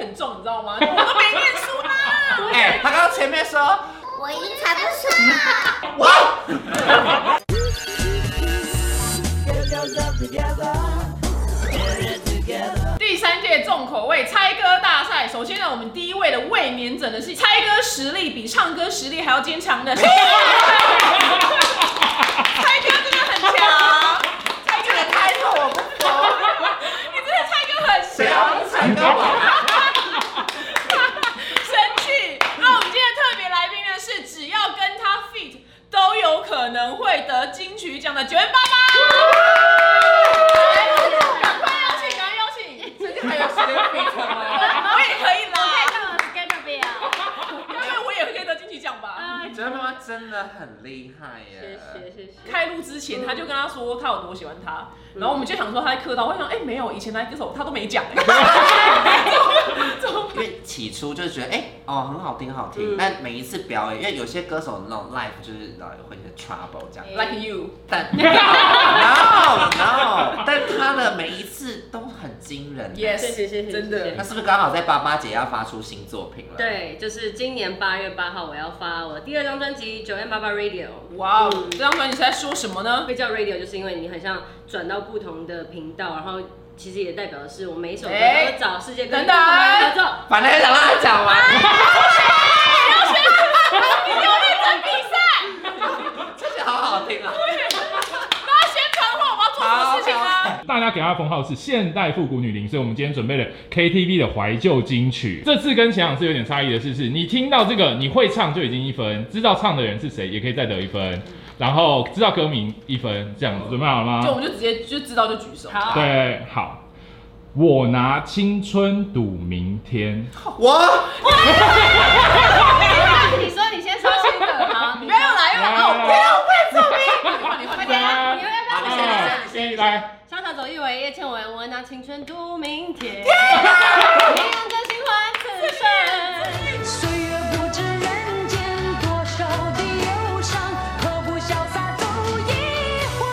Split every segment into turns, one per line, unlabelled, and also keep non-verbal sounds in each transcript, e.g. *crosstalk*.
很重，你知道吗？我都没念书啦。
哎、他刚刚前面说，
我已经才不是啊！
哇，
第三届重口味猜歌大赛，首先呢，我们第一位的卫冕者呢是猜歌实力比唱歌实力还要坚强的。猜歌真的很强，啊猜歌的开头我不服，你真的猜歌很
谁
强
要。唱歌王？
生气。那我们今天的特别来宾呢，是只要跟他 fit 都有可能会得金曲奖的九元爸爸。哎赶快邀请，赶快邀请。
还有时间 fit 吗？
我也可以
我
啦，
看到 schedule 表，
因为我也可以得金曲奖吧。
啊，
觉得妈妈真的很厉害耶！
谢谢谢。
开录之前，他就跟他说他有多喜欢他，然后我们就想说他在客套，我想哎、没有，以前那歌手他都没讲、欸，怎么
因为起初就是觉得，哎、哦，很好听，很好听。
嗯
但每一次表演，因为有些歌手那种 live 就是然后会有一些 trouble 这样。
like you？ *laughs*
但 no no，但他的每一次都很惊人。
Yes
谢谢谢谢，
真的
谢
那
谢
是不是刚好在八八节要发出新作品了？。
*laughs* 对，就是今年八月八号我要发我的第二张专辑《九 M 八八 Radio》。
哇哦，这张专辑是在说什么呢？
被叫 radio 就是因为你很像转到不同的频道，然后其实也代表的是我每一首歌
哎
都找世界各
等
地不同
等
的合作。
反正想让他讲完。
你有认真比赛，
这些好好听啊！
帮他宣传话，我要做什么事情啊？
大家给她的封号是现代复古女伶，所以我们今天准备了 KTV 的怀旧金曲。这次跟前两次有点差异的是，是你听到这个你会唱就已经一分，知道唱的人是谁也可以再得一分，然后知道歌名一分，这样子准备好了
就我
吗？
们就直接就知道就举手。
好，
对，好。我拿青春赌明天，
我
你说你先说
超新的，好，你不要又来又来哦！不要会作弊，你换你换你换。
三
你要不要
二一，来，
香草走一回，叶倩文，我拿青春赌明
*laughs*
天，一样真心换此生。
岁月不知人间多少的忧伤，何不潇洒走一回？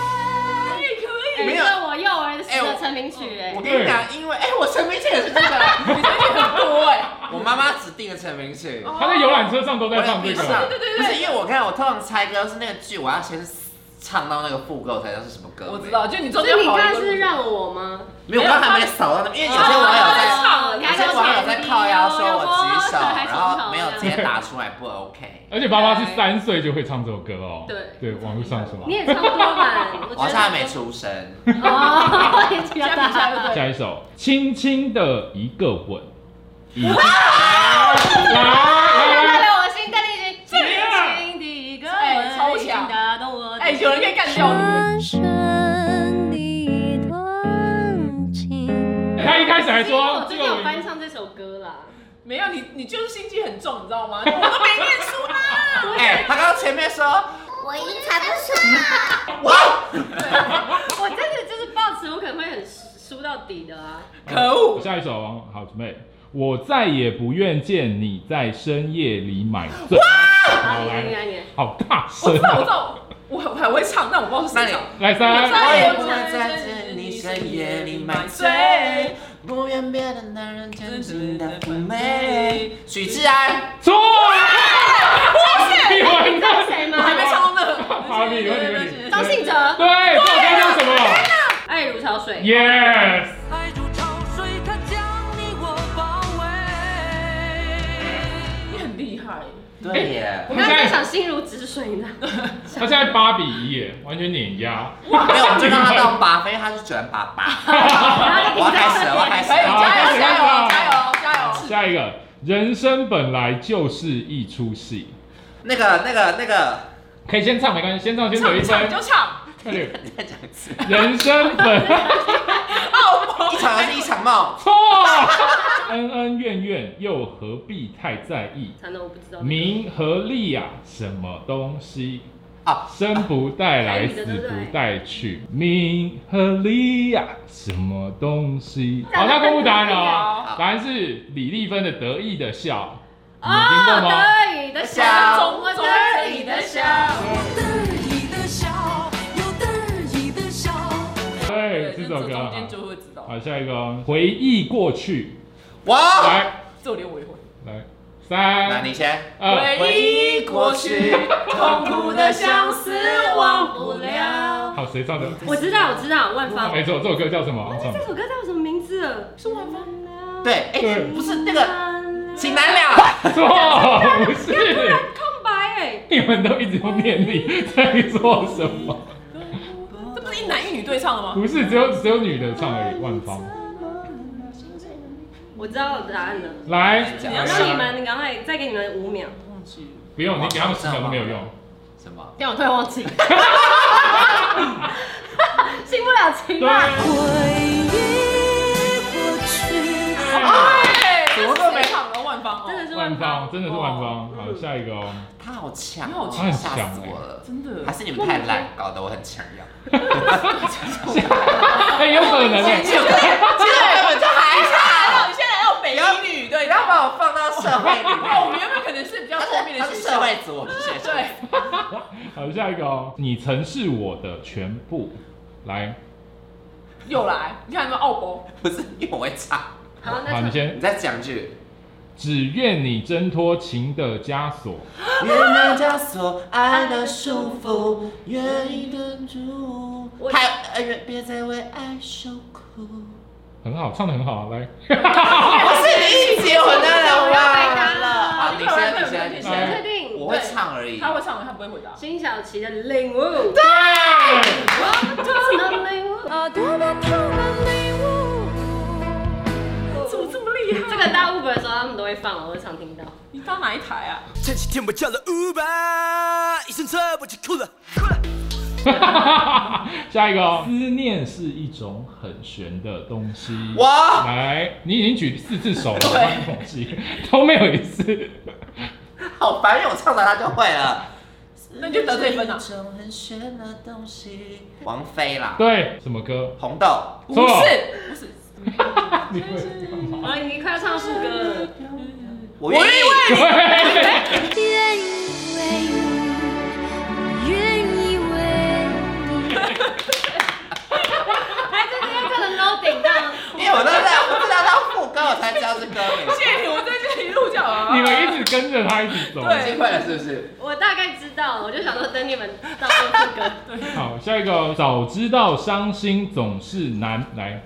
哎
没
这
有
是我幼儿时
哎我
的成名曲，哎
我，跟你讲，因为哎、我成名曲也是这个，啊
你最近很多 *laughs* 哎，
*laughs* 我妈妈指定的成名曲。
他在游览车上都
我
在唱这
闭
个
上，
对对对
不是因为我看我通常猜歌是那个剧，我要先唱到那个副歌，我才知道是什么歌。
我知，道，就你中
所
间
以你
跑
刚
了
才
一个
是让我吗？
没有，我刚才没扫到那边，因为有些网友在，啊
哦你
有
还
些
给我
网友在
点
靠腰说
低哦
我举手，
要不还
然后
手
没有直
这样
接打出来不 OK。
而且爸爸是三岁就会唱这首歌哦。
对
对，网络上说
你。也唱多版，我觉
我
得
差点没出声，
哦，也比
*laughs*
较
加加
大。
对
*laughs* 下一首，轻轻的一个吻，已经
打
来来
开
来，
了我心，跟你一起轻轻的一个吻，
哎超强
已经打动 *laughs* 我的
哎，有人可以干掉你。
深深的段情，
他一开始还
其实我
说这
最
个
近有
我
翻唱这首歌啦，
没有你，你就是心机很重，你知道吗？我都没念书啦。
哎、他刚刚前面说，
我已经才不是啊！
哇，
我真的就是抱持我可能会很输到底的啊。
*laughs* 可恶！
下一首哦，好准备。我再也不愿见你在深夜里买醉。
好，
好
你你
来，
来你来，
好大
我
声
知道，我知
啊！
道，我我还会唱，但我不知道
那
是谁
你
唱。
来三，
我也不能在这里深夜里买醉，不愿别的男人真正的妩媚。许志安，
错。你完
这是
蛋！
哎谁吗？
我还没唱到那。
好你有你有你
张信哲，
对，这首歌叫什么
爱如哎潮水。
？Yes。
爱如潮水，它将你我包围。
你很厉害。
对耶
我，刚刚在想心如止水呢。
他现在八比一耶，完全碾压。
没有，我们就让他到八分，因为他是九万八八。我要开始了，我要开始
可以，
了。
加哎油，加油，加油，加油！
下一个，人生本来就是一出戏，
那个、那个、那个，
可以先唱没关系，先唱先走
唱
一
唱
分。
就唱，
快点
你再讲一次。
人生本。
好
一场游戏一场梦
错，恩恩怨怨又何必太在意？
惨了，我不知道。
名和利啊，什么东西？
啊
生不带来，
台语的
死
对不对
不带去。名和利啊，什么东西？好，那公布答案了哦
好。
答案是李丽芬的《得意的笑》，你有听过
哦，
吗？
得意的笑，我得意的笑。
得意的笑，又得意的笑。
对，这首歌。
中
好
间就会知道。
好，下一个哦，回忆过去。
哇，
来，
只有留我一回。
来，
那
三
你先。
二，
回忆过去，痛苦的相思忘不了。
好，谁唱的？
我知道，我知道，万芳。
没错，这首歌叫什么？我唱
哎这
的
首歌叫什么名字啊？
是万芳，
对，哎、
对
不是那个，情难了。
错，不是，
空白哎，
你们都一直用念力在做什么？
这不是一男一女对唱的吗？
不是，只有只有女的唱而已。万芳，
我知道答案了。
来，
你要
让你们赶快再给你们五秒，
忘记了。
不用，你给他们十秒都没有用。
什么？
但我突然忘 *laughs* 记，进不了情啊
对，啊
了。
哎，
怎么都没
谁唱的万芳哦，
真的是万
万
芳
芳，，真的是万芳。好，下一个哦。
他好强、
他好
哦，
强
吓死我了。
真的啊
还是你们太懒，搞得我很强一样。
哎，有可能。
其实我根本就还
还
好，
好，你现在要北一女对，
不要把我放到社会里
哦，我 *laughs* 们
面。
原本可能是比较
他
后面的
是他
学
是
校
社，会组，我不是学生。
对，
好，下一个哦。你曾是我的全部。来，
又来，你看哦有没有奥博？
不是因为我会唱。
好，
好，
那
你
就
先
你。再讲一句。
只愿你挣脱情的枷锁。
愿那枷锁，爱的束缚，愿意等住
我。
还呃，愿别再为爱受苦。
很好，唱的很好。啊来，
不是你一结婚的人，我完了。好，你
要回答
先，你先，你
我
来来
确
先。
定
我会唱而已。
他会唱，他不会回答。
辛晓琪的领悟。呃
对，
啊，多么他们领悟，
怎么这么厉害？
这个大 Uber 的时候他们都会放，我会常听到。
你搭哪一台啊？
前几天我叫了 Uber，一上车我就哭了。
下一个哦。思念是一种很玄的东西。
我
来，你已经举四次手了，我忘记都没有一次。 *laughs*
好烦，因为我唱的他就会了。
那你就得罪分啊了
是一种很玄的东西。王菲啦，
对，什么歌？
红豆。
不
错
是，不是，
你会干嘛？
啊，你快要唱副歌了。
我愿意。
对，
愿意为你，愿意为你。
哎，这这这个 no 顶到。
因为我都在，我知道他副歌，我才知道是歌名。
谢谢你，我在这里录脚啊。
你们一直跟着他一起走。
对
机会了是不是？
我大概知道，我就想说等你们到时候副歌。
好，下一个哦。早知道伤心总是难。来，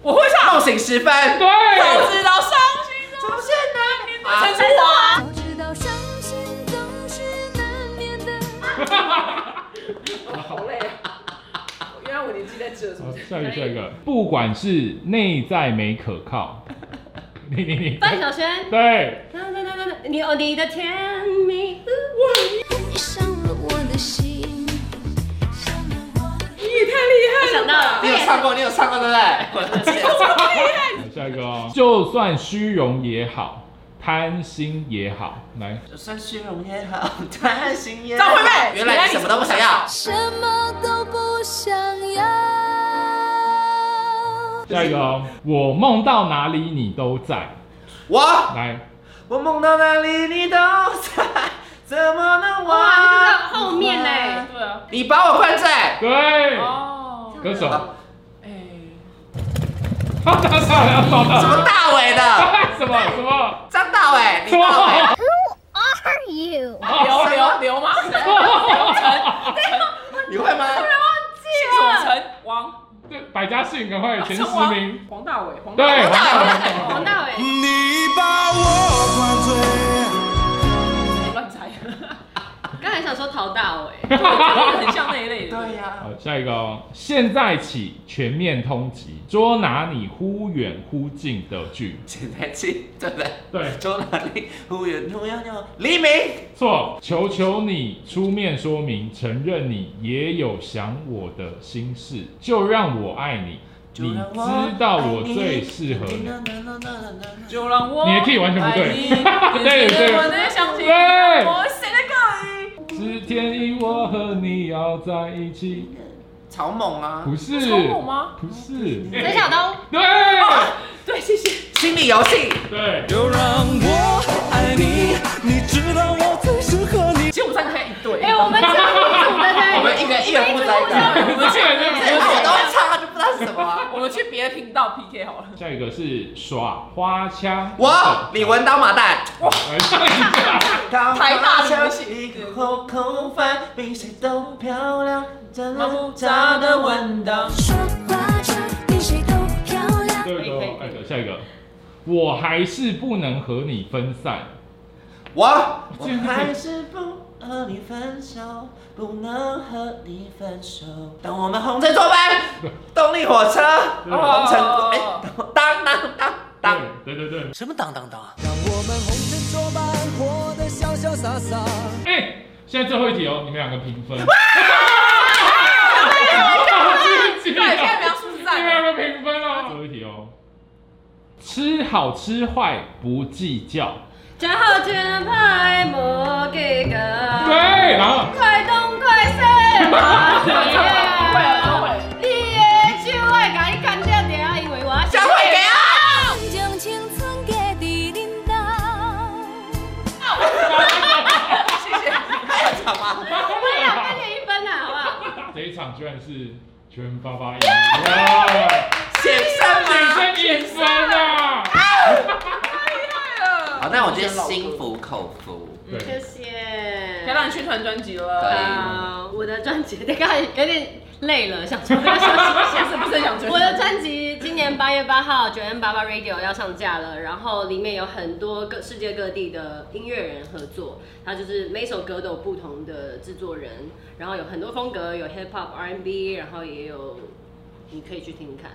我会唱。
梦醒时分。
早
对，
知道伤心啊总是难免的，陈淑桦。
早知道伤心总是难免的。
好累啊！原来我年纪在这，是
*laughs* 好
不是？
下一个，下一个。不管是内在没可靠， *laughs* 你你你，
范晓萱。
对，
哒哒哒哒哒你哦，你的甜蜜。
你伤了我的心，伤了我的
你也太厉
我想到了
你有唱过，你有唱过对不对？我的天！ *laughs*
好下一个哦。就算虚荣也好，贪心也好，来，
就算虚荣也好，贪心也
张惠妹
原来你什么都不想要。
什么都不想要。
下一个哦。我梦到哪里你都在，
我
来，
我梦到哪里你都在，怎么能忘？
哇，这个后面嘞。
对啊。
你把我灌醉，
对， *laughs*
哦。
歌手，
啊
哎，
哈哈哈哈哈
什么大伟的？
什么什么？
张大伟，你
什
大伟，
么？
Are you？
刘刘刘吗？陈陈
你会吗？
什么陈王？
这百家姓赶快前十
陈王
名，。
黄大炜，黄
对，
炜
王大伟。
你把我灌醉，
乱猜，
刚才想说陶大伟。
就是很像那一类的。
对呀，
好，下一个哦。现在起全面通缉，捉拿你忽远忽近的剧。
现在去，对不对？
对，
走哪里？忽远忽遥遥，黎明。
错，求求你出面说明，承认你也有想我的心事，就让我爱你。你知道我最适合你。
你。
就让我
你的 key 完全不对
爱你
对
只是
对
我能相信
对
我谁在告你？
是天意，我和你要在一起。
草蜢啊，
不是，
超猛吗？
不是。
陈晓东。
对
对，谢谢。
心理游戏。
对，
就让我爱你，你知道我最适合你。
其实我们三个才一对。
哎，我们这个组的
我
呢？
们一人一人负责一个。
我们这个人
这个我都会唱，他就不知道是什么啊？
我们去别的频道 PK 好了。
下一个是耍花枪，
我李玟当马蛋，
来唱一下。
台大流行
一个后空翻，比谁都漂亮，这
麻木炸的
味道。
耍花枪比谁都漂亮。
第二
可以可以
个，
可
哎
以
对下一个，我还是不能和你分散。
我我还是不和你分手，不能和你分手。当我们红尘作伴，动力火车，红尘哎，当当当当，
对对对对，
什么当当当啊？
让我们红尘作伴，活得潇潇洒洒。
哎，现在最后一题哦，你们两个平分。哎
对，现在描述是
你们
在
两个平分哦。最后一题哦，吃好吃坏不计较。
吃好吃歹无计较，
啊
*laughs*
对，然后 *laughs*
快东快西嘛是啊，你的手爱甲你牵着着，因为我
小慧给啊！
将青春嫁在恁兜，
还有什么？
我们俩分你一分啦，好不好？
这一场居然是全八八赢，哇，
险胜
只
吗？
剩一分啊！
好，但我觉得心服口服。
对
谢，谢。
台大宣传专辑了，
啊，我的专辑，刚刚有点累了，想说要休息一下，
是不是想追
我的专辑今年八月八号，九 N 八八 Radio 要上架了，然后里面有很多各世界各地的音乐人合作，它就是每首歌都有不同的制作人，然后有很多风格，有 Hip Hop、R&B，然后也有，你可以去听听看。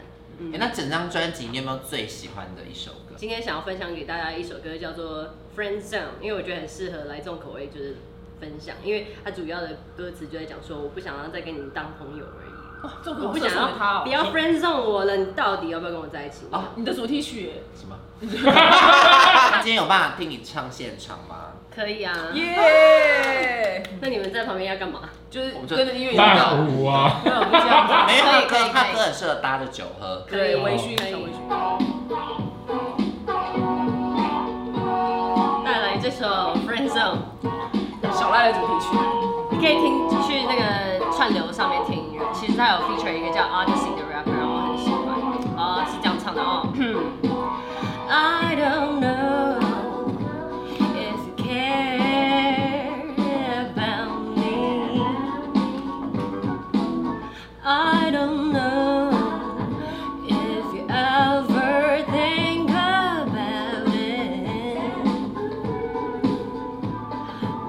哎那整张专辑你有没有最喜欢的一首
*laughs*
歌？
今天想要分享给大家一首歌，叫做《Friend Zone》，因为我觉得很适合来这种口味，就是分享，因为它主要的歌词就在讲说，我不想要再跟你当朋友而已。
哇，这首
我
歌
不
不
想
想
要
要他
不
哦。
要 friend zone 我了，你到底要不要跟我在一起？
啊
你的主题曲
什么？今天有办法听你唱现场吗？
可以啊，
耶，
那你们在旁边要干嘛？
就是跟着音乐有关
曼谷啊，
没有不是这样子
没有，
可
他
以可
歌
以
他
可以
歌很适合搭着酒喝。
对，微醺
可以
小微醺。嗯
带来这首 friend zone，
小赖的主题曲，
你可以听去那个串流上面听，其实它有 feature 一个叫 Odyssey 的 rapper，然后我很喜欢，哦是这样唱的哦。I don't know if you care about me. I don't know if you ever think about it.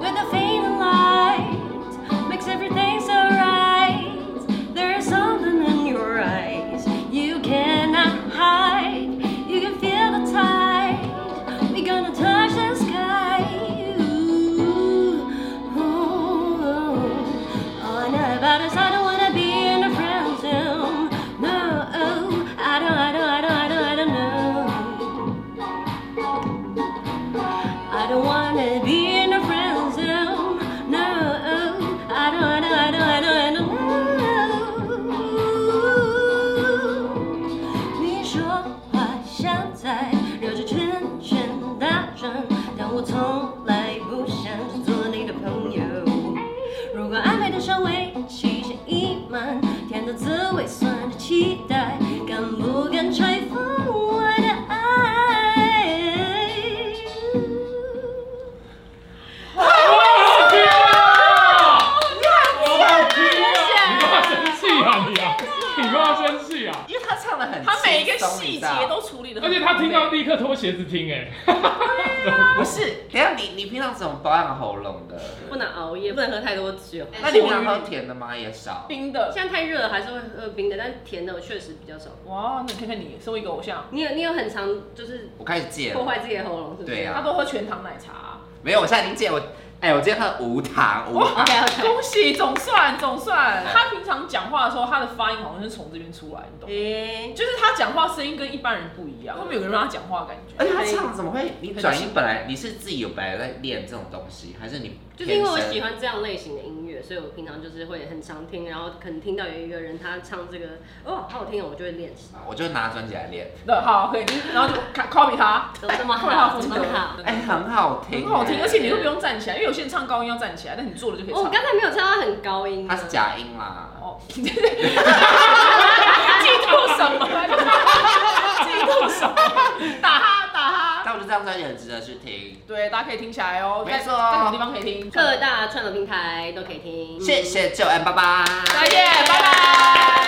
With a faint light makes everything so right. There's something in your eyes you cannot hide. You can feel the tide. We're gonna touch the sky. Ooh, Oh. ooh. All I know about is I don't wanna be in a friend zone. No, I don't, I don't, I don't, I don't, I don't know. I don't wanna be in a friend zone. No, I don't, I don't, I don't, I don't, I don't know. 你说话像在绕着圈圈打转，但我从来不想去做你的朋友。如果暧昧的香味期限已满，甜的滋味酸的期待，敢不敢吹风我的爱？
好听啊！我好听啊！你干嘛生气啊你啊？你干嘛生气啊？
因为他唱的很轻松，
他每一个细
你知
节
道
都处理的，
而且他听到立刻脱鞋子听，哎，
不是。等一下你你平常怎么保养喉咙的？
不能熬夜，不能喝太多酒。
哎那你平常喝甜的吗？
*laughs*
也少。
冰的。
现在太热了，还是会喝冰的，但甜的我确实比较少。
哇，那你看看你，身为一个偶像，
你有你有很常就是
我开始戒
破
了，
坏自己的喉咙，是不是？
对
他
啊，
都喝全糖奶茶。啊
没有，我现在已经戒我，哎，我今天喝无糖
嗯
无糖，
OK OK。
恭喜，总算总
嗯
算。他平常讲话的时候，他的发音好像是从这边出来，你懂吗？
诶，
就是他讲话声音跟一般人不一样，他们有个人让他讲话的感觉。
而且他唱得怎么会？你转移本来你是自己有本来在练这种东西，还是你
就是因为我
天生
喜欢这样类型的音乐，所以我平常就是会很常听，然后可能听到有一个人他唱这个，哦，好好听哦，我就会练习。
我就拿专辑来练，
对，好，可以，就是然后就 copy 他，
怎么这
*laughs*
么
后来他
嗯好？
风
怎
格
么这么好？哎
哎，很好听，欸
很好听，而且你都不用站起来，因为有些人唱高音要站起来，但你坐着就可以
哦我
唱。哦
刚
哦
才没有唱到很高音啊。
它是假音啦，
哦，嫉妒打哈打哈。
但我觉得这张专辑很值得去听。
对，大家可以听起来哦，在
没错
在什么地方可以听？
嗯
各大串流平台都可以听。
哎谢谢九 M 爸爸，
再见，拜拜。